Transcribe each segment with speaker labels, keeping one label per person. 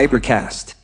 Speaker 1: Hypercast.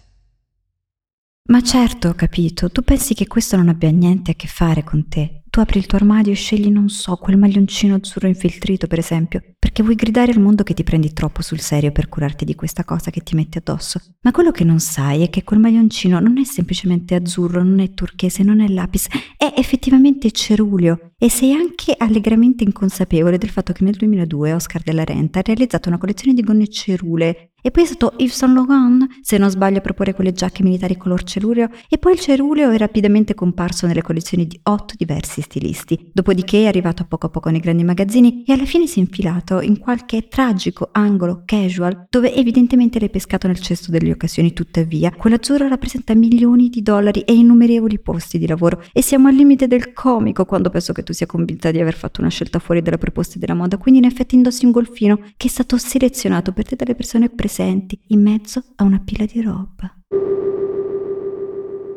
Speaker 2: Ma certo, ho capito, tu pensi che questo non abbia niente a che fare con te. Tu apri il tuo armadio e scegli, non so, quel maglioncino azzurro infiltrito, per esempio, perché vuoi gridare al mondo che ti prendi troppo sul serio per curarti di questa cosa che ti metti addosso. Ma quello che non sai è che quel maglioncino non è semplicemente azzurro, non è turchese, non è lapis, è effettivamente cerulio. E sei anche allegramente inconsapevole del fatto che nel 2002 Oscar della Renta ha realizzato una collezione di gonne cerule e poi è stato Yves Saint Laurent, se non sbaglio, a proporre quelle giacche militari color ceruleo, e poi il ceruleo è rapidamente comparso nelle collezioni di otto diversi stilisti. Dopodiché è arrivato a poco a poco nei grandi magazzini e alla fine si è infilato in qualche tragico angolo casual, dove evidentemente l'hai pescato nel cesto delle occasioni. Tuttavia, quell'azzurro rappresenta milioni di dollari e innumerevoli posti di lavoro, e siamo al limite del comico quando penso che tu sia convinta di aver fatto una scelta fuori dalle proposte della moda. Quindi, in effetti, indossi un golfino che è stato selezionato per te dalle persone presenti presenti in mezzo a una pila di roba.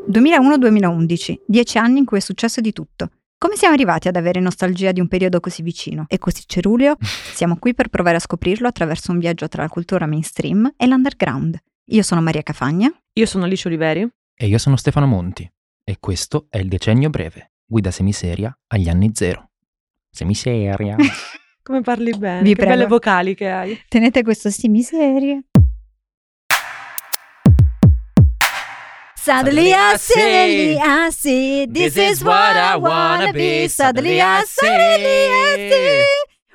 Speaker 3: 2001-2011, dieci anni in cui è successo di tutto. Come siamo arrivati ad avere nostalgia di un periodo così vicino e così ceruleo? Siamo qui per provare a scoprirlo attraverso un viaggio tra la cultura mainstream e l'underground. Io sono Maria Cafagna.
Speaker 4: Io sono Alice Oliveri.
Speaker 5: E io sono Stefano Monti. E questo è il decennio breve, guida semiseria agli anni zero. Semiseria.
Speaker 4: Come parli bene, Vi che prego. belle vocali che hai.
Speaker 3: Tenete questo sti miserie.
Speaker 2: Suddenly I suddenly I see, this is what I wanna be. Suddenly I suddenly I see,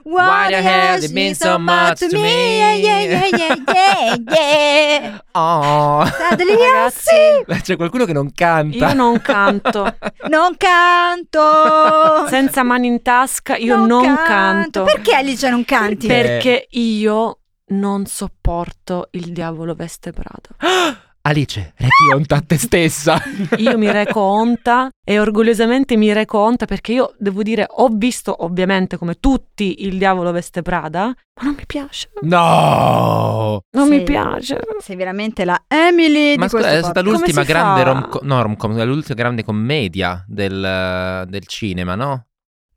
Speaker 2: what the hell it means so much to me. Yeah, yeah, yeah, yeah, yeah.
Speaker 5: Oh.
Speaker 2: Suddenly I see.
Speaker 5: C'è qualcuno che non canta.
Speaker 4: Io non canto.
Speaker 2: Non canto.
Speaker 4: Senza mani in tasca, io non, non canto. canto.
Speaker 2: Perché Alice non canti?
Speaker 4: Perché io non sopporto il diavolo veste Prada.
Speaker 5: Alice, rechi onta a te stessa.
Speaker 4: io mi reco onta e orgogliosamente mi reco onta perché io devo dire ho visto ovviamente come tutti il diavolo veste Prada, ma non mi piace.
Speaker 5: No!
Speaker 4: Non sei, mi piace.
Speaker 2: Sei veramente la Emily
Speaker 5: ma
Speaker 2: di questo
Speaker 5: scusa, è stata
Speaker 2: podcast.
Speaker 5: l'ultima
Speaker 4: Come si
Speaker 5: grande
Speaker 4: fa?
Speaker 5: rom- no, rom-com, l'ultima grande commedia del, del cinema, no?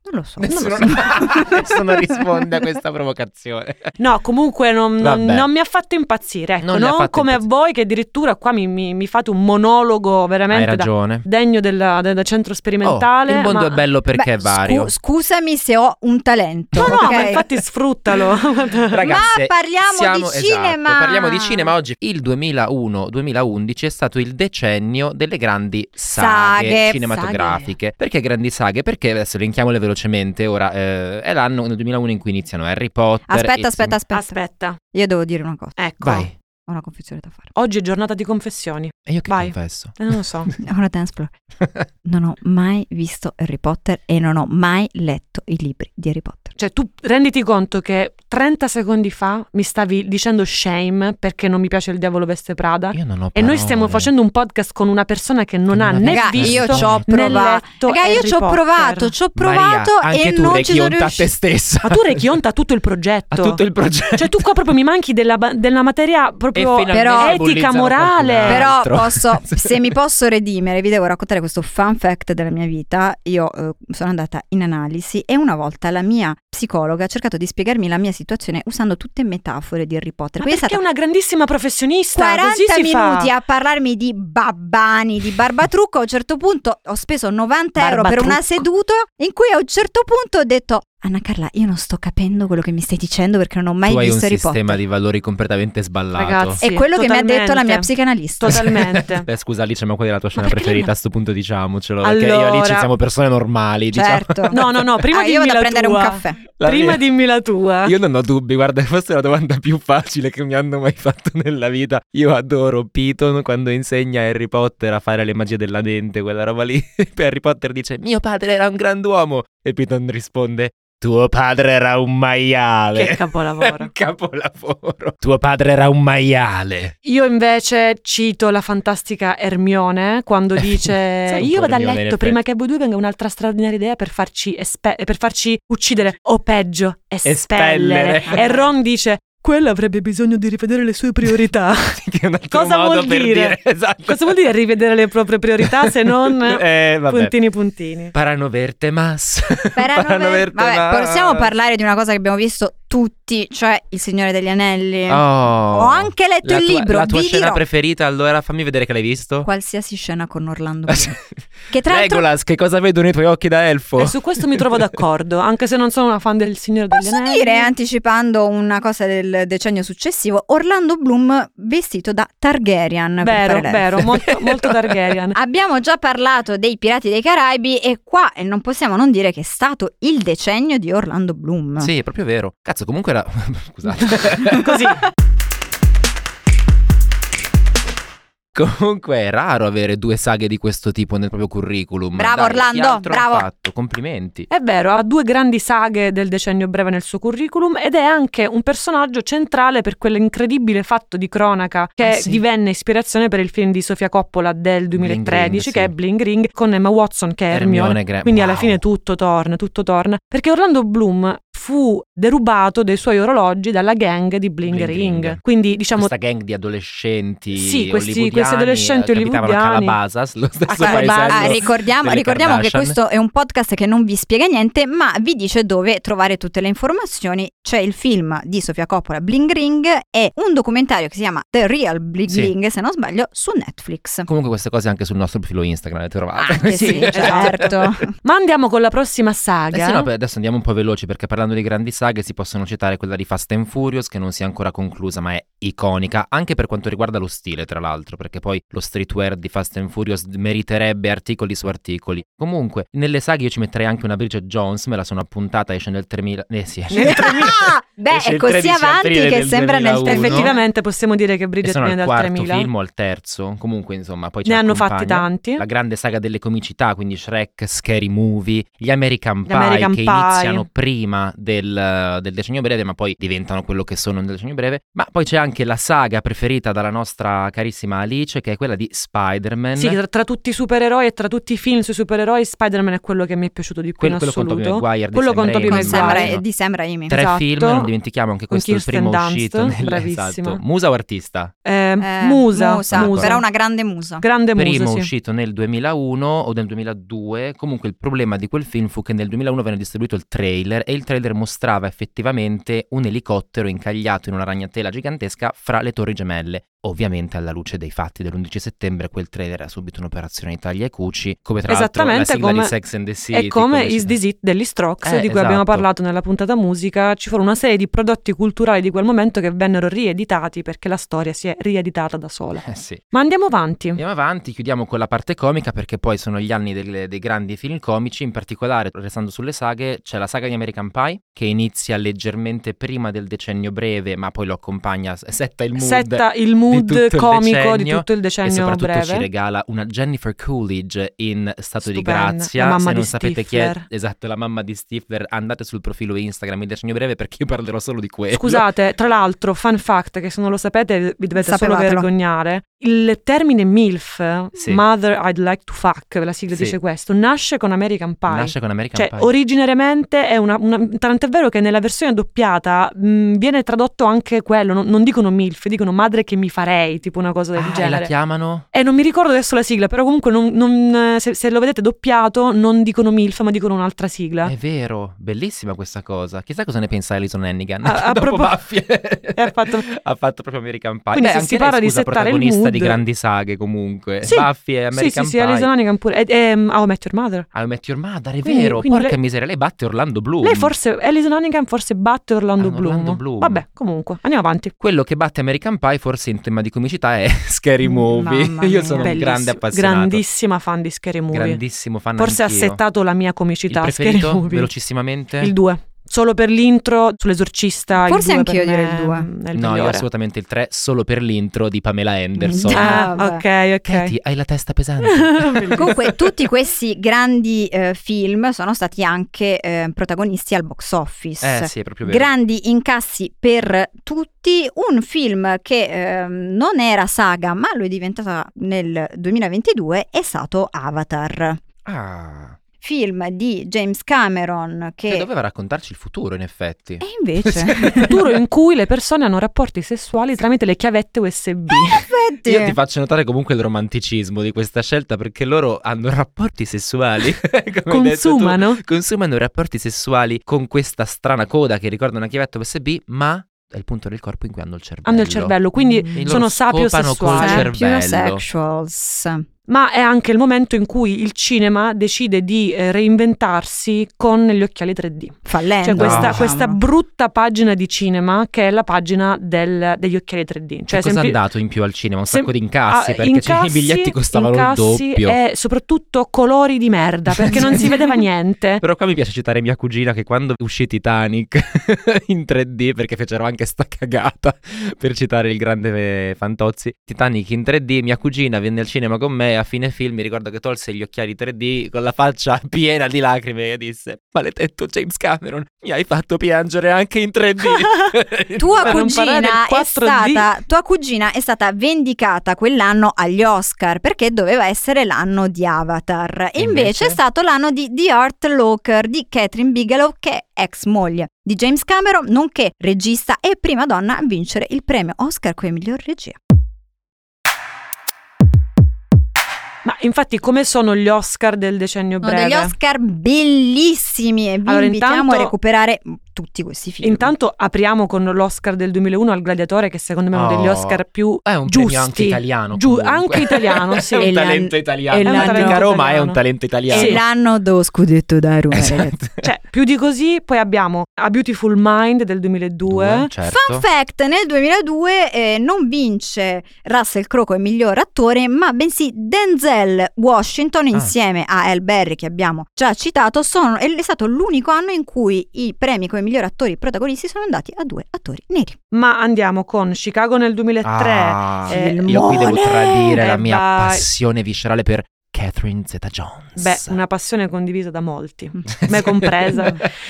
Speaker 2: Non lo so.
Speaker 5: Nessuno, nessuno risponde a questa provocazione.
Speaker 4: No, comunque non, non-
Speaker 5: Vabbè.
Speaker 4: non mi ha fatto impazzire. Ecco,
Speaker 5: Non
Speaker 4: non,
Speaker 5: le ha fatto
Speaker 4: come
Speaker 5: impazzire.
Speaker 4: voi che addirittura qua mi, mi- mi fate un monologo
Speaker 5: Hai
Speaker 4: veramente da,
Speaker 5: ragione.
Speaker 4: degno della- del, del centro
Speaker 5: Oh,
Speaker 4: sperimentale.
Speaker 5: il mondo
Speaker 4: ma-
Speaker 5: è bello perché è
Speaker 2: Beh,
Speaker 5: vario.
Speaker 2: scu- scusami se ho un talento.
Speaker 4: No, no,
Speaker 2: ok?
Speaker 4: ma infatti sfruttalo.
Speaker 5: Ragazze,
Speaker 2: Ma parliamo
Speaker 5: siamo-
Speaker 2: di
Speaker 5: esatto,
Speaker 2: cinema.
Speaker 5: Parliamo di cinema oggi. Il 2001-2011 è stato il decennio delle grandi saghe,
Speaker 2: Saghe,
Speaker 5: cinematografiche. Perché grandi saghe? Perché adesso elenchiamole velocemente. Ora eh, è l'anno nel 2001 in cui iniziano Harry Potter.
Speaker 2: Aspetta,
Speaker 5: e-
Speaker 2: aspetta, aspetta,
Speaker 4: Aspetta,
Speaker 2: Io devo dire una cosa.
Speaker 4: ecco.
Speaker 5: Vai.
Speaker 2: Ho una confessione da fare.
Speaker 4: Oggi è giornata di confessioni.
Speaker 5: E io che
Speaker 4: Vai.
Speaker 5: confesso.
Speaker 4: Eh, non lo so.
Speaker 2: Ho una dance floor. Non ho mai visto Harry Potter e non ho mai letto i libri di Harry Potter.
Speaker 4: Cioè, tu renditi conto che 30 secondi fa mi stavi dicendo shame perché non mi piace il diavolo veste Prada.
Speaker 5: Io non ho
Speaker 4: E noi
Speaker 5: parole.
Speaker 4: stiamo facendo un podcast con una persona che non
Speaker 5: Che
Speaker 4: ha
Speaker 5: non ha
Speaker 4: né
Speaker 2: Raga,
Speaker 4: visto
Speaker 2: io ci ho
Speaker 4: né
Speaker 2: provato.
Speaker 4: letto
Speaker 2: Raga, io
Speaker 4: Harry
Speaker 2: ci ho
Speaker 4: Potter.
Speaker 2: provato, ci ho
Speaker 5: Maria,
Speaker 2: provato
Speaker 5: anche
Speaker 2: e
Speaker 5: tu
Speaker 2: non ci sono
Speaker 5: rechionta a te
Speaker 2: riuscita.
Speaker 5: stessa.
Speaker 4: Ma tu rechionta tutto il progetto.
Speaker 5: a tutto il progetto.
Speaker 4: Cioè, tu qua proprio mi manchi della, ba- della materia proprio
Speaker 5: E finalmente
Speaker 2: però-
Speaker 4: etica,
Speaker 5: bullizzano
Speaker 4: morale.
Speaker 5: qualcun altro.
Speaker 2: Però
Speaker 5: altro.
Speaker 2: posso, se mi posso redimere, vi devo raccontare questo fun fact della mia vita. Io eh, sono andata in analisi e una volta la mia psicologa ha cercato di spiegarmi la mia situazione usando tutte metafore di Harry Potter.
Speaker 4: Ma
Speaker 2: Quindi
Speaker 4: perché
Speaker 2: è stata
Speaker 4: è una grandissima professionista.
Speaker 2: 40
Speaker 4: così si
Speaker 2: minuti
Speaker 4: fa.
Speaker 2: a parlarmi di babbani, di barbatrucco. A un certo punto ho speso 90 euro per una
Speaker 4: Barbatrucco.
Speaker 2: seduta in cui a un certo punto ho detto Anna Carla, io non sto capendo quello che mi stai dicendo perché non ho mai
Speaker 5: tu hai un
Speaker 2: visto Harry
Speaker 5: sistema
Speaker 2: Potter.
Speaker 5: di valori completamente sballato.
Speaker 4: Ragazzi.
Speaker 2: È
Speaker 4: Sì,
Speaker 2: quello che mi ha detto la mia
Speaker 4: totalmente.
Speaker 2: psicanalista.
Speaker 4: Totalmente.
Speaker 5: Beh, Eh, scusa Alice, ma qual è la tua scena
Speaker 4: perché lei
Speaker 5: preferita?
Speaker 4: no?
Speaker 5: A sto punto diciamocelo, perché io e Alice
Speaker 4: Allora.
Speaker 5: siamo persone normali,
Speaker 2: Certo.
Speaker 4: No, no, no, prima
Speaker 2: Ah, io
Speaker 4: dimmi
Speaker 2: vado a
Speaker 4: la
Speaker 2: prendere
Speaker 4: tua.
Speaker 2: un caffè.
Speaker 5: diciamo.
Speaker 4: Prima
Speaker 5: La mia-
Speaker 4: dimmi la tua.
Speaker 5: Io non ho dubbi, guarda, questa è la domanda più facile che mi hanno mai fatto nella vita. Io adoro Piton quando insegna a Harry Potter a fare le magie della dente, quella roba lì. Poi Harry Potter dice, mio padre era un grand'uomo. E Piton risponde, tuo padre era un maiale.
Speaker 4: Che
Speaker 5: È
Speaker 4: capolavoro.
Speaker 5: un capolavoro. Tuo padre era un maiale.
Speaker 4: Io invece cito la fantastica Ermione quando dice
Speaker 5: Sei un
Speaker 4: io
Speaker 5: po'
Speaker 4: vado a
Speaker 5: Ermione, in
Speaker 4: letto prima che Abu Dhu venga un'altra straordinaria idea per farci, espe- per farci uccidere o peggio espellere.
Speaker 5: Espellere.
Speaker 4: e Ron dice quella avrebbe bisogno di rivedere le sue priorità.
Speaker 5: che è un altro
Speaker 4: Cosa
Speaker 5: modo
Speaker 4: vuol
Speaker 5: per
Speaker 4: dire?
Speaker 5: esatto.
Speaker 4: Cosa vuol dire rivedere le proprie priorità se non
Speaker 5: eh, vabbè.
Speaker 4: puntini puntini?
Speaker 5: Paranaverte mas.
Speaker 2: Paranover- Vabbè, possiamo parlare di una cosa che abbiamo visto tutti, cioè Il Signore degli Anelli.
Speaker 5: Oh.
Speaker 2: Ho anche letto
Speaker 5: La
Speaker 2: il
Speaker 5: tua-
Speaker 2: libro,
Speaker 5: La tua
Speaker 2: vi
Speaker 5: scena
Speaker 2: dirò.
Speaker 5: preferita, allora fammi vedere che l'hai visto.
Speaker 2: Qualsiasi scena con Orlando Bloom. Che tra l'altro
Speaker 5: Legolas, che cosa vedo nei tuoi occhi da elfo?
Speaker 4: E su questo mi trovo d'accordo, anche se non sono una fan del Signore degli
Speaker 2: Posso
Speaker 4: Anelli.
Speaker 2: dire, anticipando una cosa del decennio successivo, Orlando Bloom vestito da Targaryen. per
Speaker 4: Vero,
Speaker 2: fare l'elfo.
Speaker 4: vero, molto, molto Targaryen.
Speaker 2: Abbiamo già parlato dei Pirati dei Caraibi e qua eh, non possiamo non dire che è stato il decennio di Orlando Bloom.
Speaker 5: Sì, è proprio vero. Cazzo, comunque era. Scusate.
Speaker 4: Così.
Speaker 5: comunque è raro avere due saghe di questo tipo nel proprio curriculum.
Speaker 2: Bravo,
Speaker 5: Dai, chi
Speaker 2: Orlando,
Speaker 5: altro ha
Speaker 2: bravo.
Speaker 5: fatto? Complimenti.
Speaker 4: È vero, ha due grandi saghe del decennio breve nel suo curriculum ed è anche un personaggio centrale per quell'incredibile fatto di cronaca che
Speaker 5: Eh sì.
Speaker 4: divenne ispirazione per il film di Sofia Coppola del 2013
Speaker 5: Ring, sì.
Speaker 4: che è Bling Ring con Emma Watson che è Hermione.
Speaker 5: Hermione Gra-
Speaker 4: Quindi alla
Speaker 5: wow.
Speaker 4: fine tutto torna, tutto torna, perché Orlando Bloom fu derubato dei suoi orologi dalla gang di Bling,
Speaker 5: Bling
Speaker 4: Ring.
Speaker 5: Ring.
Speaker 4: Quindi diciamo
Speaker 5: Questa gang di adolescenti.
Speaker 4: Sì, questi-
Speaker 5: hollywoodiani,
Speaker 4: questi adolescenti
Speaker 5: eh, che abitavano
Speaker 4: hollywoodiani.
Speaker 5: a Calabasas, lo stesso
Speaker 4: A Calabasas.
Speaker 5: paesello
Speaker 2: Ah, ricordiamo,
Speaker 5: delle
Speaker 2: ricordiamo che
Speaker 5: Kardashian.
Speaker 2: questo è un podcast che non vi spiega niente, ma vi dice dove trovare tutte le informazioni. C'è il film di Sofia Coppola Bling Ring e un documentario che si chiama The Real Bling
Speaker 5: Sì.
Speaker 2: Ring, se non sbaglio, su Netflix.
Speaker 5: Comunque queste cose anche sul nostro profilo Instagram le trovate. Cioè,
Speaker 2: Anche sì,
Speaker 4: Ah, Sì,
Speaker 5: esatto.
Speaker 4: esatto.
Speaker 2: certo.
Speaker 4: Ma andiamo con la prossima
Speaker 5: Eh
Speaker 4: saga.
Speaker 5: sì, no, beh, adesso andiamo un po' veloci perché parlando di grandi saghe si possono citare quella di Fast and Furious che non si è ancora conclusa ma è iconica anche per quanto riguarda lo stile tra l'altro perché poi lo streetwear di Fast and Furious meriterebbe articoli su articoli. Comunque nelle saghe io ci metterei anche una Bridget Jones, me la sono appuntata, esce nel 3000... Eh sì, esce nel
Speaker 2: Ah, beh,
Speaker 5: Esce
Speaker 2: è
Speaker 5: il
Speaker 2: così
Speaker 5: 13
Speaker 2: avanti
Speaker 5: aprile
Speaker 2: che
Speaker 5: del
Speaker 2: sembra nel
Speaker 5: 2001.
Speaker 2: effettivamente.
Speaker 4: Effettivamente possiamo dire che
Speaker 5: E
Speaker 4: Bridget
Speaker 5: sono
Speaker 4: viene
Speaker 5: al
Speaker 4: dal
Speaker 5: quarto
Speaker 4: 3000.
Speaker 5: film o al terzo, comunque insomma poi ci
Speaker 4: ne hanno fatti
Speaker 5: Cioè, accompagna.
Speaker 4: tanti.
Speaker 5: la grande saga delle comicità, quindi Shrek, Scary Movie, gli American
Speaker 4: Gli
Speaker 5: Pie
Speaker 4: American
Speaker 5: che
Speaker 4: Pie.
Speaker 5: iniziano prima del, del decennio breve, ma poi diventano quello che sono nel decennio breve. Ma poi c'è anche la saga preferita dalla nostra carissima Alice, che è quella di Spider-Man.
Speaker 4: Sì, tra, tra tutti i supereroi e tra tutti i film sui supereroi, Spider-Man è quello che mi è piaciuto di più in
Speaker 5: Quello- quello con
Speaker 4: assoluto.
Speaker 5: Tobey Maguire, di
Speaker 4: Quello
Speaker 5: Sam
Speaker 4: con Tobey
Speaker 5: Raimi,
Speaker 2: Con Sam
Speaker 5: immagino.
Speaker 4: Maguire.
Speaker 2: Ra- di Sam Raimi.
Speaker 5: Tre
Speaker 4: esatto.
Speaker 5: film, non dimentichiamo anche
Speaker 4: Con
Speaker 5: questo, il
Speaker 4: Kirsten
Speaker 5: primo
Speaker 4: Dunst,
Speaker 5: uscito.
Speaker 4: bravissima.
Speaker 5: esatto. Musa o artista?
Speaker 4: Eh,
Speaker 2: Eh,
Speaker 4: musa, musa.
Speaker 2: però una grande musa.
Speaker 4: grande
Speaker 5: primo
Speaker 4: musa, sì.
Speaker 5: uscito nel 2001 o nel 2002. Comunque il problema di quel film fu che nel 2001 venne distribuito il trailer e il trailer mostrava effettivamente un elicottero incagliato in una ragnatela gigantesca fra le torri gemelle. Ovviamente alla luce dei fatti dell'11 settembre quel trailer era subito un'operazione di taglia e cuci, come tra l'altro la
Speaker 4: Esattamente
Speaker 5: sigla
Speaker 4: come-
Speaker 5: di Sex and the City.
Speaker 4: E come
Speaker 5: ci-
Speaker 4: Is This It degli Strokes,
Speaker 5: Eh,
Speaker 4: di cui abbiamo
Speaker 5: esatto.
Speaker 4: parlato nella puntata musica, ci furono una serie di prodotti culturali di quel momento che vennero rieditati perché la storia si è rieditata da sola.
Speaker 5: Eh sì.
Speaker 4: Ma andiamo avanti.
Speaker 5: Andiamo avanti, chiudiamo con la parte comica perché poi sono gli anni del- dei grandi film comici, in particolare, restando sulle saghe, c'è la saga di American Pie che inizia leggermente prima del decennio breve ma poi lo accompagna, s- setta il mood
Speaker 4: Setta il
Speaker 5: tutto il
Speaker 4: mood comico di
Speaker 5: decennio
Speaker 4: tutto il
Speaker 5: e
Speaker 4: decennio
Speaker 5: soprattutto
Speaker 4: breve.
Speaker 5: ci regala una Jennifer Coolidge in stato di
Speaker 4: Stupenda,
Speaker 5: grazia.
Speaker 4: la mamma
Speaker 5: Se
Speaker 4: di
Speaker 5: non sapete chi è,
Speaker 4: Stifler.
Speaker 5: esatto, la mamma di Stifler, andate sul profilo Instagram il decennio breve perché io parlerò solo di quello.
Speaker 4: Scusate, tra l'altro, fun fact che se non lo sapete vi dovete solo
Speaker 2: Sapevatelo.
Speaker 4: vergognare. Il termine MILF,
Speaker 5: Sì.
Speaker 4: Mother I'd Like to Fuck, la sigla
Speaker 5: Sì.
Speaker 4: dice questo, nasce con American Pie.
Speaker 5: Nasce con American
Speaker 4: cioè,
Speaker 5: Pie.
Speaker 4: originariamente è una, una- Tant'è vero che nella versione doppiata mh, viene tradotto anche quello. Non, non dicono MILF, dicono madre che mi farei, tipo una cosa del
Speaker 5: Ah, e la
Speaker 4: genere.
Speaker 5: chiamano?
Speaker 4: Eh, non mi ricordo adesso la sigla, però comunque non- non- eh, se, se lo vedete doppiato non dicono MILF, ma dicono un'altra sigla.
Speaker 5: È vero, bellissima questa cosa. Chissà cosa ne pensa Alison Hannigan.
Speaker 4: A- a
Speaker 5: dopo
Speaker 4: propos-
Speaker 5: Buffy.
Speaker 4: ha fatto-
Speaker 5: ha fatto proprio American Pie.
Speaker 4: Quindi
Speaker 5: Beh,
Speaker 4: se
Speaker 5: anche
Speaker 4: si
Speaker 5: lei,
Speaker 4: parla di
Speaker 5: scusa,
Speaker 4: settare il
Speaker 5: protagonista di
Speaker 4: mood-
Speaker 5: grandi saghe comunque.
Speaker 4: Sì,
Speaker 5: Buffy e
Speaker 4: sì,
Speaker 5: American
Speaker 4: sì, sì,
Speaker 5: Pure.
Speaker 4: Alison Hannigan pure. E, e, mm, How I Met Your Mother.
Speaker 5: Ah, I Met Your Mother, è
Speaker 4: Quindi-
Speaker 5: vero.
Speaker 4: quindi
Speaker 5: Porca
Speaker 4: lei-
Speaker 5: miseria, lei batte Orlando Bloom.
Speaker 4: Lei forse, Alison Hannigan forse batte Orlando
Speaker 5: Ah,
Speaker 4: Bloom.
Speaker 5: Orlando Bloom.
Speaker 4: Vabbè, comunque, andiamo avanti.
Speaker 5: Quello che batte American Pie forse in tema di comicità è Scary Movie.
Speaker 2: Mamma
Speaker 5: Io
Speaker 2: mia.
Speaker 5: sono un
Speaker 4: Mm, Bellissimo.
Speaker 5: grande appassionato.
Speaker 4: Grandissima fan di Scary Movie.
Speaker 5: Grandissimo fan
Speaker 4: forse
Speaker 5: anch'io.
Speaker 4: ha settato la mia
Speaker 5: Il
Speaker 4: comicità. Scary
Speaker 5: preferito,
Speaker 4: Movie.
Speaker 5: velocissimamente?
Speaker 4: Il 2. Solo per l'intro sull'esorcista.
Speaker 2: Forse
Speaker 4: anche
Speaker 2: anch'io
Speaker 4: io
Speaker 2: direi il due.
Speaker 5: No, io assolutamente il 3, solo per l'intro di Pamela Anderson.
Speaker 2: Ah,
Speaker 4: ok, ok.
Speaker 5: Katie, hai la testa pesante.
Speaker 2: Comunque, tutti questi grandi eh, film sono stati anche eh, protagonisti al box office.
Speaker 5: Eh sì, è proprio vero.
Speaker 2: Grandi incassi per tutti, un film che ehm, non era saga ma lo è diventata nel 2022 è stato Avatar.
Speaker 5: ah.
Speaker 2: film di James Cameron che...
Speaker 4: Eh.
Speaker 5: Che doveva raccontarci il futuro, in effetti.
Speaker 2: E invece...
Speaker 4: Futuro in cui le persone hanno rapporti sessuali tramite le chiavette USB.
Speaker 2: Perfetti.
Speaker 5: Io ti faccio notare comunque il romanticismo di questa scelta perché loro hanno rapporti sessuali. come hai detto tu.
Speaker 4: Consumano.
Speaker 5: Consumano rapporti sessuali con questa strana coda che ricorda una chiavetta USB, ma è il punto del corpo in cui hanno il cervello.
Speaker 4: Hanno il cervello, quindi
Speaker 2: Mm.
Speaker 5: E
Speaker 4: sono
Speaker 5: loro scopano
Speaker 2: eh.
Speaker 4: sapiosessuali. Eh?
Speaker 5: col cervello.
Speaker 2: Sapiosexuals.
Speaker 4: Ma è anche il momento in cui il cinema decide di eh, reinventarsi con gli occhiali 3D.
Speaker 5: Eh,
Speaker 2: Fallendo.
Speaker 4: Cioè questa,
Speaker 2: diciamo.
Speaker 4: questa brutta pagina di cinema che è la pagina del- degli occhiali 3D.
Speaker 5: Cioè,
Speaker 4: Cioè,
Speaker 5: cosa
Speaker 4: sempli-
Speaker 5: ha dato in più al cinema? Un
Speaker 4: sem-
Speaker 5: sacco di incassi
Speaker 4: Ah,
Speaker 5: perché cioè, i
Speaker 4: incassi-
Speaker 5: biglietti costavano il
Speaker 4: incassi
Speaker 5: doppio.
Speaker 4: E soprattutto colori di merda perché non si vedeva niente.
Speaker 5: Però qua mi piace citare mia cugina che quando uscì Titanic in 3D, perché fecero anche sta cagata per citare il grande eh, Fantozzi, Titanic in 3D, mia cugina venne al cinema con me e a fine film mi ricordo che tolse gli occhiali 3D con la faccia piena di lacrime e disse maledetto James Cameron, mi hai fatto piangere anche in 3D.
Speaker 2: Tua
Speaker 4: Per non parlare del
Speaker 2: cugina, è
Speaker 4: 4D.
Speaker 2: stata, tua cugina è stata vendicata quell'anno agli Oscar perché doveva essere l'anno di Avatar. E invece,
Speaker 5: invece?
Speaker 2: è stato l'anno di The Art Locker di Catherine Bigelow, che è ex moglie di James Cameron, nonché regista e prima donna a vincere il premio Oscar come miglior regia.
Speaker 4: Ma infatti, come sono gli Oscar del decennio
Speaker 2: Sono
Speaker 4: breve?
Speaker 2: degli Oscar bellissimi e vi
Speaker 4: Allora,
Speaker 2: invitiamo a
Speaker 4: intanto-
Speaker 2: recuperare tutti questi film.
Speaker 4: Intanto apriamo con l'Oscar del 2001 al Gladiatore, che secondo me è uno degli
Speaker 5: Oh.
Speaker 4: Oscar più
Speaker 5: È un
Speaker 4: giusti.
Speaker 5: premio anche italiano.
Speaker 4: Giu-
Speaker 5: comunque.
Speaker 4: anche italiano, sì.
Speaker 5: è un
Speaker 2: E la-
Speaker 5: talento italiano.
Speaker 2: e
Speaker 5: E
Speaker 2: la-
Speaker 5: l'antica Roma è
Speaker 4: italiano.
Speaker 5: un talento
Speaker 2: è
Speaker 5: italiano.
Speaker 4: Sì.
Speaker 2: l'anno dello scudetto da Roma, ragazzi.
Speaker 5: Esatto.
Speaker 4: Cioè, più di così, poi abbiamo A Beautiful Mind del 2002.
Speaker 5: certo.
Speaker 2: Fun fact, nel 2002 eh, non vince Russell Crowe come miglior attore, ma bensì Denzel Washington insieme a El Berry che abbiamo già citato, sono- è stato l'unico anno in cui i premi come miglior attori protagonisti sono andati a due attori neri.
Speaker 4: Ma andiamo con Chicago nel 2003.
Speaker 5: Ah,
Speaker 4: eh,
Speaker 5: io qui devo
Speaker 2: filmone!
Speaker 5: tradire la
Speaker 4: Eh,
Speaker 5: mia
Speaker 4: vai.
Speaker 5: passione viscerale per Catherine Zeta-Jones.
Speaker 4: Beh, una passione condivisa da molti, me compresa.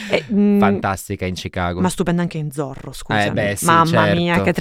Speaker 4: E, mm,
Speaker 5: Fantastica in Chicago.
Speaker 4: Ma stupenda anche in Zorro, scusa.
Speaker 5: Eh, beh, sì,
Speaker 4: Mamma
Speaker 5: certo.
Speaker 4: mia, che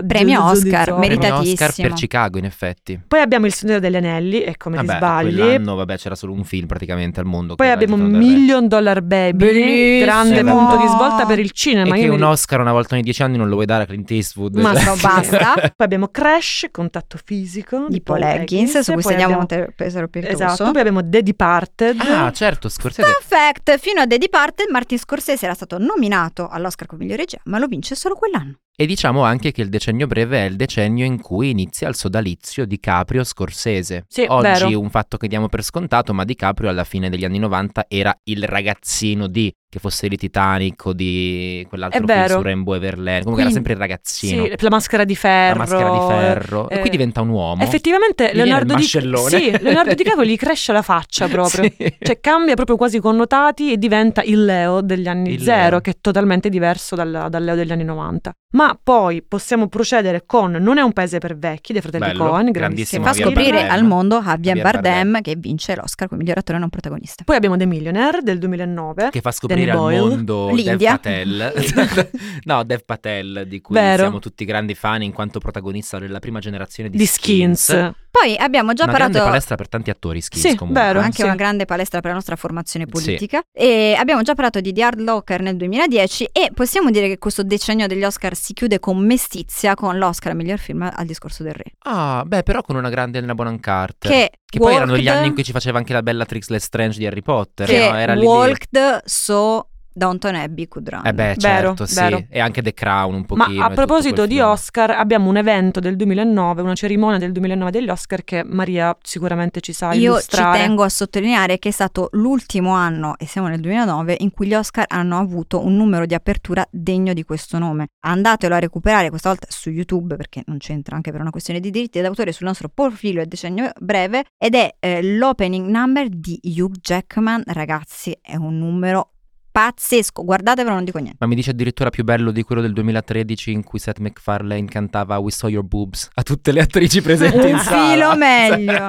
Speaker 2: Premio Oscar, merita-
Speaker 5: Premio Oscar
Speaker 2: meritatissima.
Speaker 5: per Chicago, in effetti.
Speaker 4: Poi abbiamo Il Signore degli Anelli, e come ti
Speaker 5: Vabbè,
Speaker 4: sbagli.
Speaker 5: Ah, quell'anno, vabbè, c'era solo un film praticamente al mondo.
Speaker 4: Poi
Speaker 5: che era
Speaker 4: abbiamo
Speaker 5: di Tom Del Re.
Speaker 4: Million Dollar Baby,
Speaker 5: Bellissimo.
Speaker 4: grande punto
Speaker 2: Ah.
Speaker 4: di svolta per il
Speaker 5: E
Speaker 4: cinema.
Speaker 5: che
Speaker 4: io me
Speaker 5: un
Speaker 4: li-
Speaker 5: Oscar una volta ogni dieci anni non lo vuoi dare a Clint Eastwood.
Speaker 4: Ma
Speaker 5: Cioè,
Speaker 2: No, basta.
Speaker 4: Poi abbiamo Crash, Contatto Fisico
Speaker 2: Di Paul Higgins, su cui
Speaker 4: Poi
Speaker 2: andiamo
Speaker 4: abbiamo-
Speaker 2: a pesaro pietoso.
Speaker 4: Esatto, poi abbiamo The Departed.
Speaker 5: Ah, certo,
Speaker 2: Fun
Speaker 5: Scorsese.
Speaker 2: fact, fino a The Departed Martin Scorsese era stato nominato all'Oscar come miglior regia, ma lo vince solo quell'anno.
Speaker 5: E diciamo anche che il decennio breve è il decennio in cui inizia il sodalizio di Caprio Scorsese.
Speaker 4: Sì,
Speaker 5: Oggi
Speaker 4: vero.
Speaker 5: un fatto che diamo per scontato, ma Di Caprio alla fine degli anni 90 era il ragazzino di che fosse di Titanic o di quell'altro
Speaker 4: È
Speaker 5: film
Speaker 4: vero.
Speaker 5: su Rainbow e Verlaine.
Speaker 4: Quindi-
Speaker 5: Comunque era sempre il
Speaker 4: sì,
Speaker 5: ragazzino.
Speaker 4: la maschera di ferro.
Speaker 5: la maschera di ferro. e
Speaker 4: eh,
Speaker 5: qui diventa un uomo.
Speaker 4: Effettivamente
Speaker 5: Gli viene il
Speaker 4: Leonardo, Di...
Speaker 5: mascellone.
Speaker 4: sì, Leonardo DiCaprio gli cresce la faccia proprio.
Speaker 5: Sì.
Speaker 4: Cioè cambia proprio quasi i connotati e diventa il Leo degli anni
Speaker 5: Il
Speaker 4: zero,
Speaker 5: Leo.
Speaker 4: che è totalmente diverso dal, dal Leo degli anni 90. Ma poi possiamo procedere con Non è un paese per vecchi dei fratelli
Speaker 5: Bello,
Speaker 4: Cohen,
Speaker 5: grandissimo
Speaker 4: grandissimo.
Speaker 2: Fa
Speaker 5: Javier
Speaker 2: scoprire
Speaker 4: Eh,
Speaker 5: Bardem.
Speaker 2: al mondo Javier
Speaker 5: Javier
Speaker 2: Bardem,
Speaker 5: Bardem.
Speaker 2: che vince l'Oscar come miglior attore non protagonista.
Speaker 4: Poi abbiamo The Millionaire del 2009.
Speaker 5: Che fa scoprire
Speaker 4: Danny
Speaker 5: al
Speaker 4: Boyle.
Speaker 5: mondo Dev
Speaker 2: L'India.
Speaker 5: Patel. no, Dev Patel, di cui
Speaker 4: Vero.
Speaker 5: siamo tutti grandi fan in quanto protagonista della prima generazione di,
Speaker 4: Di Skins.
Speaker 2: Poi abbiamo già
Speaker 5: Una grande
Speaker 2: parlato
Speaker 5: palestra per tanti attori, Skins
Speaker 4: Sì,
Speaker 5: comunque.
Speaker 4: vero.
Speaker 2: anche
Speaker 4: Sì.
Speaker 2: una grande palestra per la nostra formazione
Speaker 5: Sì.
Speaker 2: politica e abbiamo già parlato di The Hard Locker nel 2010 e possiamo dire che questo decennio degli Oscar si chiude con mestizia con l'Oscar miglior film al discorso del re
Speaker 5: Ah, beh, però con una grande Elena Bonham Carter.
Speaker 2: che,
Speaker 5: Che poi erano gli
Speaker 2: walked-
Speaker 5: anni in cui ci faceva anche la bella Trix Lestrange di Harry Potter.
Speaker 2: che
Speaker 5: no? Era lì lì.
Speaker 2: Walked so Downton Abbey could run
Speaker 5: Eh beh,
Speaker 4: Vero,
Speaker 5: certo, sì.
Speaker 4: vero.
Speaker 5: E anche The Crown un
Speaker 4: Ma
Speaker 5: pochino. e
Speaker 4: a
Speaker 5: tutto
Speaker 4: proposito
Speaker 5: quel
Speaker 4: di
Speaker 5: film.
Speaker 4: Oscar, abbiamo un evento del 2009, una cerimonia del 2009 degli Oscar che Maria sicuramente ci sa
Speaker 2: Io ci
Speaker 4: illustrare.
Speaker 2: tengo a sottolineare che è stato l'ultimo anno, e siamo nel 2009, in cui gli Oscar hanno avuto un numero di apertura degno di questo nome. Andatelo a recuperare questa volta su YouTube, perché non c'entra anche per una questione di diritti d'autore, sul nostro profilo e decennio breve, ed è eh, l'opening number di Hugh Jackman. Ragazzi, è un numero pazzesco, guardatevelo, non dico niente.
Speaker 5: Ma mi dice addirittura più bello di quello del 2013 in cui Seth MacFarlane cantava We Saw Your Boobs a tutte le attrici presenti in
Speaker 2: Un
Speaker 5: sala.
Speaker 2: filo meglio.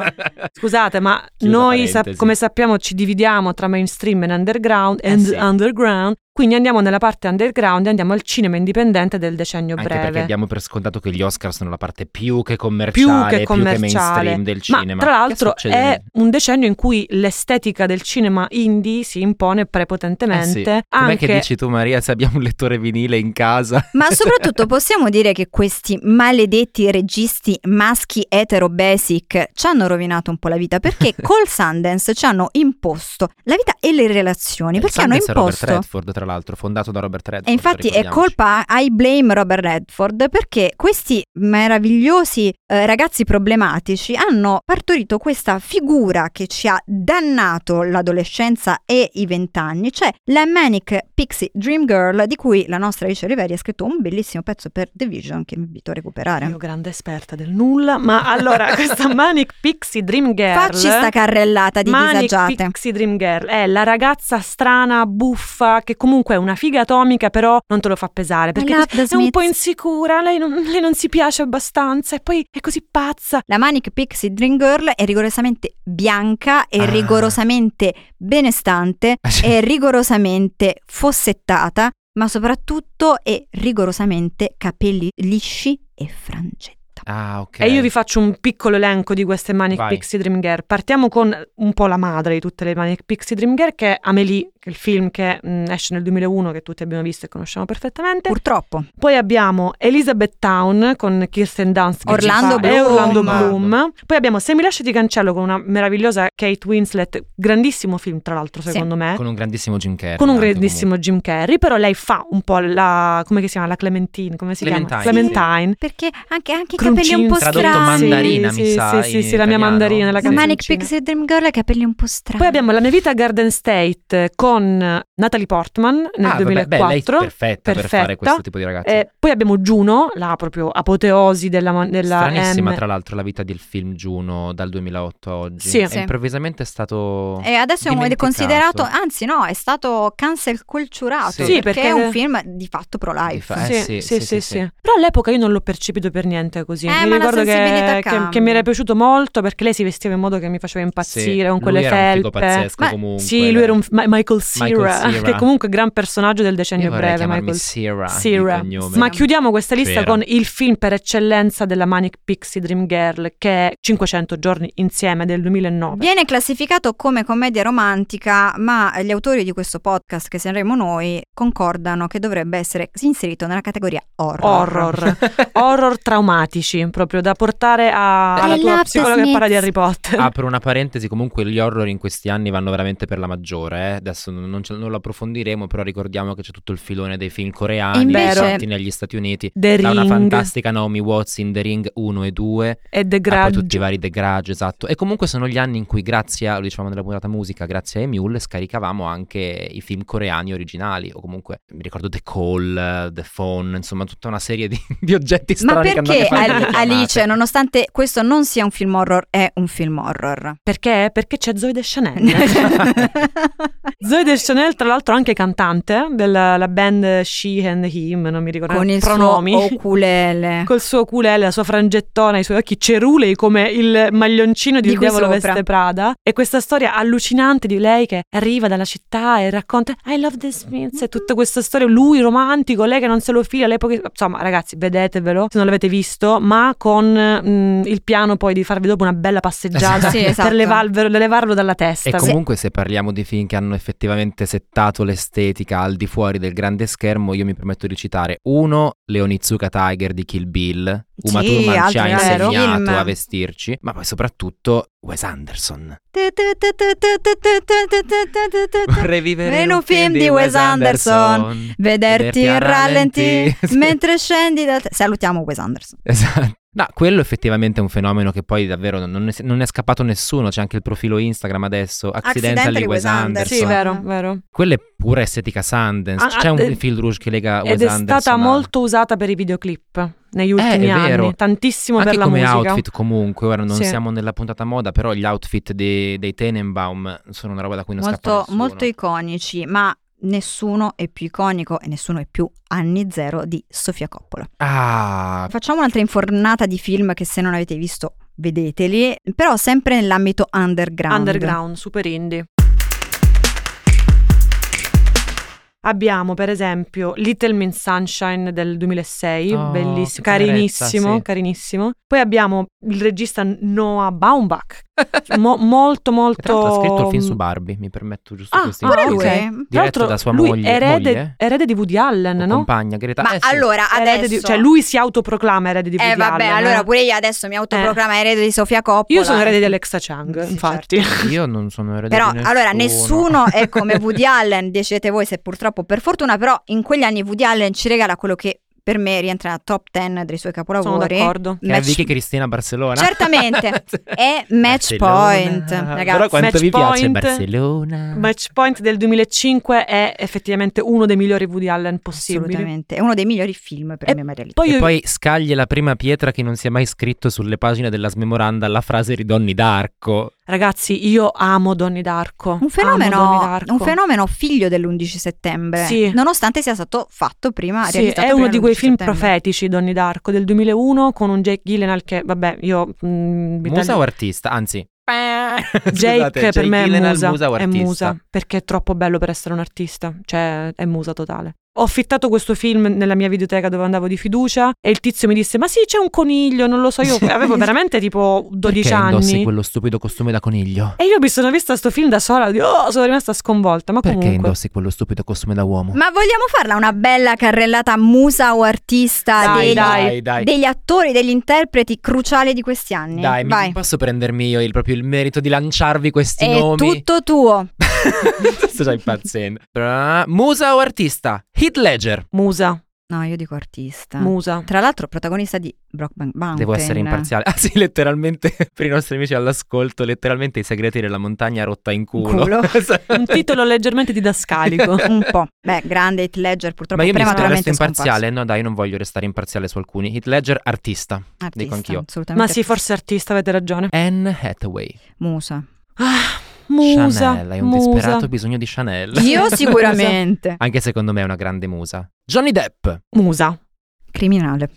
Speaker 4: Scusate, ma
Speaker 5: Chiusa
Speaker 4: noi, sa-
Speaker 5: parentesi.
Speaker 4: come sappiamo, ci dividiamo tra mainstream e underground. and
Speaker 5: Eh sì.
Speaker 4: underground. Quindi andiamo nella parte underground e andiamo al cinema indipendente del decennio
Speaker 5: Anche perché
Speaker 4: breve.
Speaker 5: abbiamo per scontato che gli Oscar sono la parte più che commerciale, più che, mainstream del
Speaker 4: Ma
Speaker 5: cinema.
Speaker 4: tra
Speaker 5: Che
Speaker 4: l'altro
Speaker 5: succede?
Speaker 4: è un decennio in cui l'estetica del cinema indie si impone
Speaker 5: Eh
Speaker 4: prepotentemente.
Speaker 5: sì. Com'è
Speaker 4: anche
Speaker 5: che dici tu Maria se abbiamo un lettore vinile in casa?
Speaker 2: Ma soprattutto possiamo dire che questi maledetti registi maschi etero basic ci hanno rovinato un po' la vita perché col Sundance ci hanno imposto la vita e le relazioni perché hanno
Speaker 5: Eh, Sundance è Robert
Speaker 2: imposto
Speaker 5: Redford tra l'altro, fondato da Robert Redford.
Speaker 2: e infatti è
Speaker 5: ricordiamoci.
Speaker 2: colpa, I blame Robert Redford, perché questi meravigliosi eh, ragazzi problematici hanno partorito questa figura che ci ha dannato l'adolescenza e i vent'anni, cioè la Manic Pixie Dream Girl, di cui la nostra Alice Riveri ha scritto un bellissimo pezzo per The Vision che vi invito a recuperare.
Speaker 4: Io grande esperta del nulla, ma allora questa Manic Pixie Dream Girl
Speaker 2: Facci sta carrellata di
Speaker 4: Manic
Speaker 2: disagiate.
Speaker 4: Pixie Dream Girl è la ragazza strana, buffa, che comunque è una figa atomica, però non te lo fa pesare perché
Speaker 2: love the
Speaker 4: è un po'
Speaker 2: Smiths.
Speaker 4: insicura, lei non, lei non si piace abbastanza e poi è così pazza.
Speaker 2: La Manic Pixie Dream Girl è rigorosamente bianca, è
Speaker 5: Ah.
Speaker 2: rigorosamente benestante,
Speaker 5: Ah, sì.
Speaker 2: è rigorosamente fossettata, ma soprattutto è rigorosamente capelli lisci e frangetta.
Speaker 5: Ah, ok.
Speaker 4: E io vi faccio un piccolo elenco di queste Manic
Speaker 5: Vai.
Speaker 4: Pixie Dream Girl. Partiamo con un po' la madre di tutte le Manic Pixie Dream Girl, che è Amélie, che è il film che mh, esce nel 2001, che tutti abbiamo visto e conosciamo perfettamente.
Speaker 2: Purtroppo.
Speaker 4: Poi abbiamo Elizabeth Town con Kirsten Dunst che
Speaker 2: Orlando
Speaker 4: ci fa- e
Speaker 2: Bloom.
Speaker 4: Orlando Bloom. Poi abbiamo Se mi lasci ti cancello con una meravigliosa Kate Winslet, grandissimo film tra l'altro
Speaker 2: Sì.
Speaker 4: secondo me.
Speaker 5: con un grandissimo Jim Carrey.
Speaker 4: Con un
Speaker 5: anche
Speaker 4: grandissimo Jim Carrey, però lei fa un po' la. come che si chiama? La Clementine, come si chiama?
Speaker 5: Clementine, sì.
Speaker 4: Clementine.
Speaker 2: Perché anche, anche i capelli un
Speaker 4: Cruncin-
Speaker 2: po'
Speaker 5: Tradotto
Speaker 2: strani.
Speaker 5: mandarina,
Speaker 4: sì,
Speaker 5: mi
Speaker 4: sì,
Speaker 5: sa,
Speaker 4: Sì, sì,
Speaker 5: in
Speaker 4: sì, la mia
Speaker 5: italiano.
Speaker 4: mandarina, la
Speaker 5: La
Speaker 2: La
Speaker 4: canzoncina.
Speaker 2: Manic Pixie Dream Girl ha i capelli un po' strani.
Speaker 4: Poi abbiamo La mia vita a Garden State con Natalie Portman nel
Speaker 5: Ah, vabbè, beh,
Speaker 4: 2004.
Speaker 5: lei è perfetta, per
Speaker 4: perfetta.
Speaker 5: fare questo tipo di ragazzi.
Speaker 4: Eh, poi abbiamo Juno, la proprio apoteosi della, man- della
Speaker 5: Stranissima
Speaker 4: M.
Speaker 5: tra l'altro la vita del film Juno dal 2008 a oggi.
Speaker 4: Sì.
Speaker 5: È
Speaker 2: Sì.
Speaker 5: improvvisamente è stato...
Speaker 2: E Eh, adesso è un- è
Speaker 5: dimenticato.
Speaker 2: considerato, anzi no, è stato cancel culturato
Speaker 5: Sì.
Speaker 4: Sì,
Speaker 2: perché,
Speaker 4: perché-
Speaker 2: è un film di fatto
Speaker 5: Di
Speaker 2: pro-life.
Speaker 5: fa- eh, sì, sì, sì, sì.
Speaker 4: Però all'epoca io non l'ho percepito per niente così.
Speaker 2: Eh,
Speaker 4: mi
Speaker 2: ma la
Speaker 4: ricordo che,
Speaker 2: sensibilità
Speaker 4: che-
Speaker 2: cambia.
Speaker 4: che mi era piaciuto molto perché lei si vestiva in modo che mi faceva impazzire con
Speaker 5: lui
Speaker 4: quelle
Speaker 5: era un
Speaker 4: felpe.
Speaker 5: figo pazzesco
Speaker 2: Ma-
Speaker 5: comunque.
Speaker 4: sì, lui era un Ma- Michael
Speaker 5: Michael
Speaker 4: Cera,
Speaker 5: Cera.
Speaker 4: che comunque è gran personaggio del
Speaker 5: Io
Speaker 4: decennio
Speaker 5: vorrei
Speaker 4: breve,
Speaker 5: chiamarmi
Speaker 4: Michael
Speaker 5: Sierra,
Speaker 4: Cera.
Speaker 5: di cognome.
Speaker 4: Ma chiudiamo questa lista
Speaker 5: Cera.
Speaker 4: con il film per eccellenza della Manic Pixie Dream Girl che è 500 giorni insieme del 2009.
Speaker 2: Viene classificato come commedia romantica, ma gli autori di questo podcast che saremo noi concordano che dovrebbe essere inserito nella categoria horror.
Speaker 5: Oh,
Speaker 4: Horror, horror traumatici, proprio da portare a-
Speaker 2: I
Speaker 4: alla
Speaker 2: love
Speaker 4: tua
Speaker 2: the
Speaker 4: psicologa che parla di
Speaker 2: Smiths.
Speaker 4: Harry Potter.
Speaker 5: Apro una parentesi, comunque gli horror in questi anni vanno veramente per la maggiore. eh. Adesso non, non ce- non lo approfondiremo, però ricordiamo che c'è tutto il filone dei film coreani
Speaker 2: Invece-
Speaker 5: fatti negli Stati Uniti.
Speaker 4: The
Speaker 5: Da una
Speaker 4: Ring.
Speaker 5: fantastica Naomi Watts in The Ring 1 e 2,
Speaker 4: e The
Speaker 5: a ah, poi
Speaker 4: Grudge.
Speaker 5: tutti i vari The Grudge, esatto. E comunque sono gli anni in cui, grazie a, lo dicevamo nella puntata musica, grazie a Emule, scaricavamo anche i film coreani originali, o comunque, mi ricordo The Call, eh, The Phone, insomma tutta una serie di, di oggetti
Speaker 2: Ma
Speaker 5: strani che andavano
Speaker 2: perché
Speaker 5: a fare
Speaker 2: Al-
Speaker 5: le chiamate.
Speaker 2: Alice, nonostante questo non sia un film horror, è un film horror?
Speaker 4: Perché? Perché c'è Zoe Deschanel. Zoe Deschanel, tra l'altro, anche cantante della la band She and Him, non mi ricordo
Speaker 2: Con
Speaker 4: i
Speaker 2: il
Speaker 4: pronomi.
Speaker 2: suo oculele.
Speaker 4: Col suo culele, la sua frangettona, i suoi occhi cerulei come il maglioncino di,
Speaker 2: Di
Speaker 4: Il
Speaker 2: cui
Speaker 4: Diavolo
Speaker 2: sopra.
Speaker 4: Veste Prada. E questa storia allucinante di lei che arriva dalla città e racconta I love the Smiths e tutta questa storia. Lui romantico, lei che non se lo fila, lei pochi... Insomma, ragazzi, vedetevelo se non l'avete visto, ma con mm, il piano poi di farvi dopo una bella passeggiata
Speaker 2: Sì, esatto.
Speaker 4: per levarvelo, levarlo dalla testa.
Speaker 5: E comunque se parliamo di film che hanno effettivamente settato l'estetica al di fuori del grande schermo, io mi permetto di citare uno, Leonizuka Tiger di Kill Bill, Uma
Speaker 2: Sì,
Speaker 5: Thurman ci
Speaker 2: altro
Speaker 5: ha
Speaker 2: vero
Speaker 5: insegnato
Speaker 2: film.
Speaker 5: a vestirsi, ma poi soprattutto Wes Anderson. Vorrei vivere
Speaker 2: in un film di Wes Anderson. Vederti in rallenti mentre scendi da te. Salutiamo Wes Anderson.
Speaker 5: Esatto. No, quello effettivamente è un fenomeno che poi davvero non ne- non ne è scappato nessuno, c'è anche il profilo Instagram adesso, Accidentally Wes Anderson.
Speaker 4: Sì, vero, vero.
Speaker 5: Quella è pura estetica Sundance.
Speaker 4: Ah, ah,
Speaker 5: C'è un
Speaker 4: eh,
Speaker 5: fil rouge che lega Wes
Speaker 4: Ed è
Speaker 5: Anderson
Speaker 4: stata
Speaker 5: a-
Speaker 4: molto usata per i videoclip negli
Speaker 5: Eh,
Speaker 4: ultimi
Speaker 5: è vero.
Speaker 4: anni, tantissimo
Speaker 5: Anche
Speaker 4: per la
Speaker 5: come
Speaker 4: musica.
Speaker 5: outfit comunque, ora non
Speaker 4: Sì.
Speaker 5: siamo nella puntata moda, però gli outfit dei, dei Tenenbaum sono una roba da cui non scappa
Speaker 2: Molto,
Speaker 5: nessuno.
Speaker 2: molto iconici, ma nessuno è più iconico e nessuno è più anni zero di Sofia Coppola.
Speaker 5: Ah,
Speaker 2: Facciamo un'altra infornata di film che se non avete visto vedeteli, però sempre nell'ambito underground.
Speaker 4: Underground, super indie. Abbiamo per esempio Little Miss Sunshine del 2006,
Speaker 5: Oh,
Speaker 4: bellissimo,
Speaker 5: che carezza,
Speaker 4: carinissimo,
Speaker 5: sì.
Speaker 4: carinissimo. Poi abbiamo il regista Noah Baumbach, Mo- molto molto...
Speaker 5: Tra l'altro ha scritto il film su Barbie, mi permetto giusto
Speaker 4: Ah,
Speaker 5: questo
Speaker 4: pure
Speaker 5: inciso.
Speaker 4: lui?
Speaker 5: Sì.
Speaker 4: Tra
Speaker 5: Diretto
Speaker 4: l'altro
Speaker 5: da sua
Speaker 4: lui
Speaker 5: moglie,
Speaker 4: Erede,
Speaker 5: moglie?
Speaker 4: erede di Woody Allen,
Speaker 5: o
Speaker 4: no?
Speaker 5: compagna Greta.
Speaker 2: Ma
Speaker 5: eh, sì.
Speaker 2: allora
Speaker 4: Erede
Speaker 2: adesso...
Speaker 4: di- cioè lui si autoproclama erede di Woody
Speaker 2: Eh vabbè,
Speaker 4: Allen.
Speaker 2: allora
Speaker 4: eh.
Speaker 2: pure io adesso mi autoproclama erede di Sofia Coppola.
Speaker 4: Io sono erede di Alexa Chang,
Speaker 2: Sì, certo,
Speaker 4: infatti.
Speaker 5: Io non sono erede
Speaker 2: Però
Speaker 5: di
Speaker 2: allora nessuno è come Woody Allen, decidete voi se purtroppo o per fortuna, però in quegli anni Woody Allen ci regala quello che per me rientra nella top 10 dei suoi
Speaker 4: Sono
Speaker 2: capolavori.
Speaker 4: d'accordo.
Speaker 5: Che è
Speaker 2: Match-
Speaker 5: Vicky Cristina Barcellona.
Speaker 2: Certamente. È match
Speaker 5: Barcellona.
Speaker 2: point,
Speaker 5: Però
Speaker 2: ragazzi.
Speaker 5: quanto
Speaker 4: Match
Speaker 5: vi piace
Speaker 4: point.
Speaker 5: Barcellona?
Speaker 4: Match Point del 2005 è effettivamente uno dei migliori Woody Allen possibili.
Speaker 2: Assolutamente. È uno dei migliori film per
Speaker 4: E
Speaker 2: me, Maria Elena.
Speaker 4: Poi,
Speaker 5: E
Speaker 4: io-
Speaker 5: poi scaglie la prima pietra che non si è mai scritto sulle pagine della smemoranda la frase Ridonni d'arco.
Speaker 4: ragazzi, io amo Donnie Darko.
Speaker 2: Un
Speaker 4: Amo Donnie
Speaker 2: fenomeno,
Speaker 4: Darko.
Speaker 2: un fenomeno figlio dell'11 settembre,
Speaker 4: Sì.
Speaker 2: nonostante sia stato fatto prima,
Speaker 4: Sì,
Speaker 2: realizzato
Speaker 4: è
Speaker 2: prima
Speaker 4: uno di quei
Speaker 2: dell'11
Speaker 4: film
Speaker 2: settembre.
Speaker 4: profetici, Donnie Darko, del 2001 con un Jake Gyllenhaal che, vabbè, io... mm, mi
Speaker 5: Musa
Speaker 4: taglio-
Speaker 5: o artista? Anzi,
Speaker 4: Jake
Speaker 5: Scusate,
Speaker 4: per me è
Speaker 5: Gyllenhaal,
Speaker 4: musa,
Speaker 5: o
Speaker 4: è
Speaker 5: artista?
Speaker 4: musa, perché è troppo bello per essere un artista, cioè è musa totale. Ho affittato questo film nella mia videoteca dove andavo di fiducia e il tizio mi disse "Ma sì, c'è un coniglio, non lo so io". Avevo veramente tipo 12
Speaker 5: Perché indossi
Speaker 4: anni. Eh,
Speaker 5: quello stupido costume da coniglio?
Speaker 4: E io mi sono vista sto film da sola, di- oh, sono rimasta sconvolta, ma
Speaker 5: Perché
Speaker 4: comunque
Speaker 5: indossi quello stupido costume da uomo?
Speaker 2: Ma vogliamo farla una bella carrellata musa o artista
Speaker 4: Dai,
Speaker 2: degli,
Speaker 4: dai,
Speaker 5: dai.
Speaker 2: degli attori, degli interpreti cruciali di questi anni?
Speaker 5: Dai, mi-
Speaker 2: Vai.
Speaker 5: posso prendermi io il, proprio il merito di lanciarvi questi
Speaker 4: Eh,
Speaker 2: È
Speaker 5: nomi?
Speaker 2: tutto tuo.
Speaker 5: Sto già impazzendo. Bra- Musa o artista? Heath Ledger.
Speaker 4: musa,
Speaker 2: No, io dico artista.
Speaker 4: musa.
Speaker 2: Tra l'altro protagonista di Brockbank Mountain.
Speaker 5: Devo essere imparziale. Ah sì, letteralmente, per i nostri amici all'ascolto, letteralmente i segreti della montagna rotta in culo.
Speaker 2: Culo.
Speaker 4: Un titolo leggermente didascalico.
Speaker 2: Un po'. Beh, grande Heath Ledger purtroppo
Speaker 5: Ma io mi resto
Speaker 2: prematuramente
Speaker 5: imparziale? No dai, non voglio restare imparziale su alcuni. Heath Ledger, artista.
Speaker 2: scomparso. Artista,
Speaker 5: Dico anch'io.
Speaker 2: Assolutamente.
Speaker 4: ma sì, forse artista, avete ragione.
Speaker 5: Anne Hathaway.
Speaker 2: Musa.
Speaker 4: Ah, musa.
Speaker 5: Chanel, hai un
Speaker 4: musa.
Speaker 5: disperato bisogno di Chanel.
Speaker 2: Io sicuramente.
Speaker 5: Anche secondo me è una grande musa. Johnny Depp.
Speaker 4: Musa.
Speaker 2: Criminale.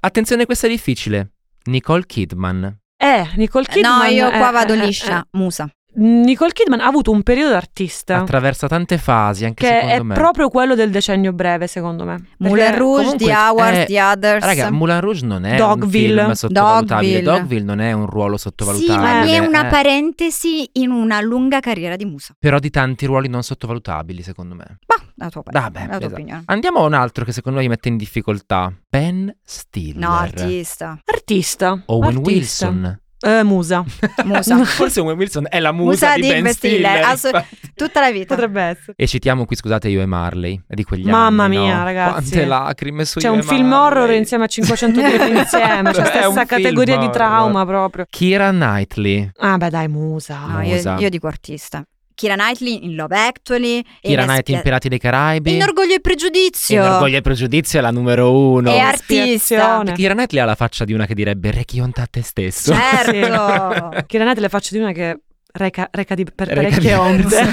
Speaker 5: Attenzione, questa è difficile. Nicole Kidman.
Speaker 4: Eh, Nicole Kidman.
Speaker 2: no, io
Speaker 4: eh,
Speaker 2: qua vado
Speaker 4: eh, eh,
Speaker 2: liscia. Musa.
Speaker 4: Nicole Kidman ha avuto un periodo d'artista
Speaker 5: Attraversa tante fasi, anche
Speaker 4: che
Speaker 5: secondo
Speaker 4: è
Speaker 5: me.
Speaker 4: proprio quello del decennio breve, secondo me. Perché-
Speaker 2: Moulin Rouge,
Speaker 5: comunque,
Speaker 2: The Hours,
Speaker 5: eh,
Speaker 2: The Others.
Speaker 5: Raga, Moulin Rouge non è
Speaker 4: Dogville.
Speaker 5: un film sottovalutabile.
Speaker 2: Dogville.
Speaker 5: Dogville. non è un ruolo
Speaker 2: sì, ma
Speaker 5: sottovalutabile.
Speaker 2: è una
Speaker 5: eh.
Speaker 2: parentesi in una lunga carriera di musa.
Speaker 5: Però di tanti ruoli non sottovalutabili, secondo me.
Speaker 2: Ma la tua,
Speaker 5: Vabbè,
Speaker 2: la tua
Speaker 5: esatto.
Speaker 2: opinione.
Speaker 5: Andiamo a un altro che secondo me mi mette in difficoltà. Ben Stiller.
Speaker 2: No, artista.
Speaker 4: Artista.
Speaker 5: Owen
Speaker 4: Artista.
Speaker 5: Wilson.
Speaker 4: Eh, musa.
Speaker 2: Musa.
Speaker 5: Forse Owen Wilson è la
Speaker 2: Musa di Ben Stiller, assu-
Speaker 5: infatti.
Speaker 2: Tutta la vita.
Speaker 4: Potrebbe essere.
Speaker 5: E citiamo qui, scusate, io e Marley. È di quegli
Speaker 4: Mamma
Speaker 5: anni.
Speaker 4: mia,
Speaker 5: no?
Speaker 4: ragazzi.
Speaker 5: Quante lacrime su
Speaker 4: C'è
Speaker 5: Io
Speaker 4: un
Speaker 5: e
Speaker 4: film
Speaker 5: Marley.
Speaker 4: horror insieme a 500 film insieme. Cioè,
Speaker 5: È un
Speaker 4: stessa
Speaker 5: film
Speaker 4: categoria di
Speaker 5: horror.
Speaker 4: trauma proprio.
Speaker 5: Kira Knightley.
Speaker 4: Ah, beh, dai, musa.
Speaker 2: No, io,
Speaker 5: Musa.
Speaker 2: io dico artista. Kira Knightley in Love Actually.
Speaker 5: Kira
Speaker 2: Ines-
Speaker 5: Knightley in Pirati dei Caraibi.
Speaker 2: In Orgoglio e Pregiudizio.
Speaker 5: In Orgoglio e Pregiudizio è la numero uno.
Speaker 2: È artista.
Speaker 4: Ispirazione.
Speaker 5: Kira Knightley ha la faccia di una che direbbe Rechionta a te stesso.
Speaker 4: Eh,
Speaker 2: Certo.
Speaker 4: Che Renate le faccio di una che reca, reca di, per
Speaker 5: Reca
Speaker 4: parecchie
Speaker 5: di-
Speaker 4: onde.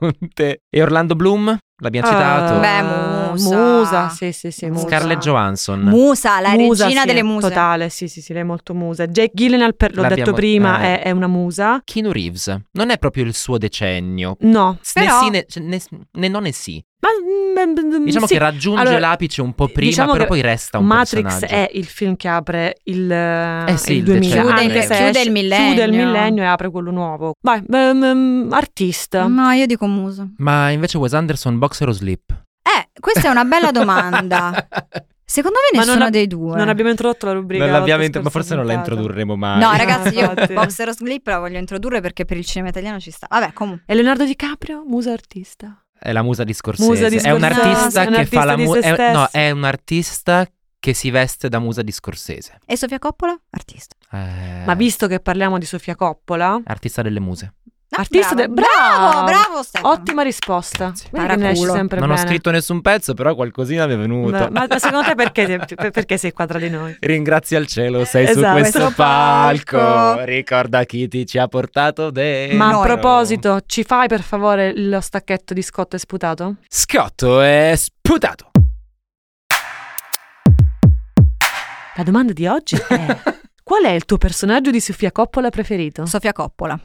Speaker 5: onde. E Orlando Bloom, l'abbiamo citato.
Speaker 2: Beh,
Speaker 4: Ah,
Speaker 2: Musa.
Speaker 4: Musa, sì, sì, sì. Musa.
Speaker 5: Scarlett Johansson.
Speaker 2: Musa, la
Speaker 4: Musa,
Speaker 2: regina
Speaker 4: sì,
Speaker 2: delle muse.
Speaker 4: Totale, sì, sì, sì, lei è molto musa. Jake Gyllenhaal, per- l'ho
Speaker 5: L'abbiamo-
Speaker 4: detto prima,
Speaker 5: eh.
Speaker 4: è, è una musa.
Speaker 5: Keanu Reeves. Non è proprio il suo decennio.
Speaker 4: No,
Speaker 2: Però-
Speaker 5: Né sì, né, cioè, né- né no né sì.
Speaker 4: ma mm,
Speaker 5: Diciamo
Speaker 4: sì.
Speaker 5: che raggiunge
Speaker 4: Allora,
Speaker 5: l'apice un po' prima,
Speaker 4: diciamo
Speaker 5: però
Speaker 4: che
Speaker 5: poi resta un
Speaker 4: Matrix
Speaker 5: personaggio.
Speaker 4: è il film che apre il,
Speaker 5: Eh sì,
Speaker 4: il
Speaker 5: il
Speaker 4: 2000
Speaker 5: decennio.
Speaker 4: anche
Speaker 5: Chiude-
Speaker 4: se
Speaker 2: chiude
Speaker 4: esce-
Speaker 2: il millennio.
Speaker 4: chiude il millennio e apre quello nuovo vai ehm, ehm, artista
Speaker 2: No, io dico musa.
Speaker 5: Ma invece Wes Anderson, Boxer o Sleep?
Speaker 2: Eh, questa è una bella domanda. Secondo me
Speaker 4: Ma
Speaker 2: nessuno
Speaker 4: non ab-
Speaker 2: dei due.
Speaker 4: non abbiamo introdotto la rubrica
Speaker 5: Non l'abbiamo
Speaker 4: la
Speaker 5: int- ma
Speaker 4: scorsa
Speaker 5: forse non la
Speaker 4: puntata.
Speaker 5: introdurremo mai.
Speaker 2: No, ragazzi, io
Speaker 4: infatti.
Speaker 2: Boxer of Sleep la voglio introdurre perché per il cinema italiano ci sta. Vabbè, comunque.
Speaker 4: e Leonardo DiCaprio musa artista
Speaker 5: È la musa di Scorsese.
Speaker 4: Musa di
Speaker 5: È un
Speaker 4: Scorsese.
Speaker 5: artista
Speaker 4: È un
Speaker 5: che
Speaker 4: artista
Speaker 5: fa la
Speaker 4: di
Speaker 5: mu-
Speaker 4: se
Speaker 5: è- No,
Speaker 4: stesso.
Speaker 5: è un artista che si veste da musa di Scorsese.
Speaker 2: E Sofia Coppola? Artista.
Speaker 5: Eh,
Speaker 4: ma visto che parliamo di Sofia Coppola
Speaker 5: Artista delle muse.
Speaker 2: Ah,
Speaker 4: Artista
Speaker 2: bravo.
Speaker 4: del-
Speaker 2: bravo,
Speaker 4: bravo!
Speaker 2: bravo Stefano.
Speaker 4: ottima risposta
Speaker 5: Grazie.
Speaker 4: Vedi che ne esci
Speaker 2: Paraculo.
Speaker 4: sempre
Speaker 5: non
Speaker 4: bene
Speaker 5: ho scritto nessun pezzo, però qualcosina mi è venuto.
Speaker 4: ma, ma secondo te perché, ti- per- perché sei qua tra di noi
Speaker 5: Ringrazia il cielo, sei su
Speaker 4: Esatto.
Speaker 5: questo
Speaker 4: Questo
Speaker 5: palco.
Speaker 2: palco.
Speaker 5: Ricorda chi ti ci ha portato dentro.
Speaker 4: ma a
Speaker 2: Noi.
Speaker 4: proposito ci fai per favore lo stacchetto di Scott e Sputato
Speaker 5: Scotto è sputato.
Speaker 4: la domanda di oggi è Qual è il tuo personaggio di Sofia Coppola preferito?
Speaker 2: Sofia Coppola.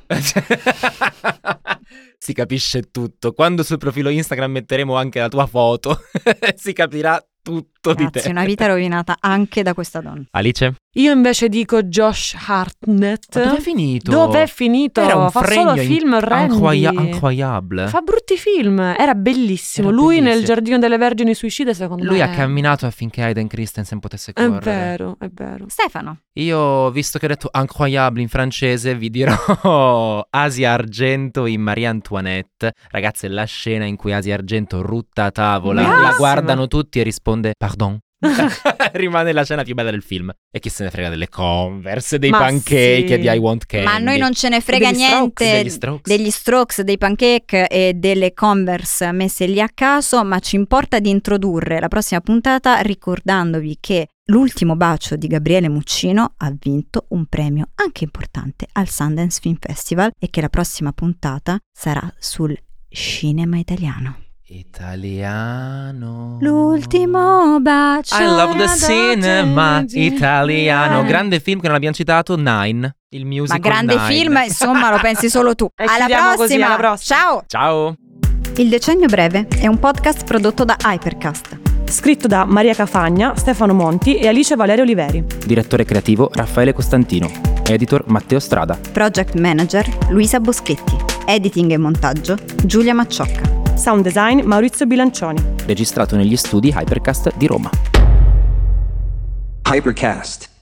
Speaker 5: si capisce tutto. Quando sul profilo Instagram metteremo anche la tua foto, si capirà tutto di
Speaker 2: Grazie,
Speaker 5: te.
Speaker 2: una vita rovinata anche da questa donna.
Speaker 5: Alice,
Speaker 4: Io invece dico Josh Hartnett.
Speaker 5: ma dove è finito?
Speaker 4: Dove è finito?
Speaker 5: Era un
Speaker 4: Fa
Speaker 5: fregno
Speaker 4: solo
Speaker 5: in-
Speaker 4: film orrendi.
Speaker 5: Incroya- incroyable.
Speaker 4: Fa brutti film. Era bellissimo.
Speaker 5: Era
Speaker 4: Lui nel
Speaker 5: bellissimo.
Speaker 4: Giardino delle Vergini Suicide, secondo
Speaker 5: Lui
Speaker 4: me.
Speaker 5: ha camminato affinché Aiden Christensen potesse
Speaker 4: È
Speaker 5: correre.
Speaker 4: vero, è vero.
Speaker 2: Stefano,
Speaker 5: Io, visto che ho detto incroyable in francese, vi dirò Asia Argento in Marie Antoinette. Ragazze, la scena in cui Asia Argento rutta a tavola, la
Speaker 4: Bravissima.
Speaker 5: guardano tutti e risponde pardon. Rimane la scena più bella del film. E chi se ne frega delle converse, dei
Speaker 4: Ma
Speaker 5: pancake
Speaker 4: sì.
Speaker 5: e di I want candy.
Speaker 2: ma a noi non ce ne frega
Speaker 5: Eh, degli strokes,
Speaker 2: niente
Speaker 5: degli strokes.
Speaker 2: degli strokes, dei pancake e delle converse messe lì a caso, ma ci importa di introdurre la prossima puntata ricordandovi che l'ultimo bacio di Gabriele Muccino ha vinto un premio anche importante al Sundance Film Festival e che la prossima puntata sarà sul cinema italiano.
Speaker 5: Italiano.
Speaker 2: L'ultimo bacio.
Speaker 5: I love the cinema
Speaker 4: Ciao,
Speaker 5: italiano.
Speaker 4: gente.
Speaker 5: Grande film che non abbiamo citato, Nine. Il musical
Speaker 2: ma grande
Speaker 5: Nine.
Speaker 2: film, insomma, lo pensi solo tu.
Speaker 4: E chiudiamo così, alla prossima.
Speaker 2: Ciao!
Speaker 5: Ciao.
Speaker 2: Il Decennio Breve è un podcast prodotto da Hypercast.
Speaker 6: Scritto da Maria Cafagna, Stefano Monti e Alice Valerio Oliveri.
Speaker 7: Direttore creativo Raffaele Costantino. Editor Matteo Strada.
Speaker 2: Project Manager Luisa Boschetti. Editing e montaggio Giulia Macciocca.
Speaker 6: Sound design Maurizio Bilancioni.
Speaker 7: Registrato negli studi Hypercast di Roma.
Speaker 1: Hypercast.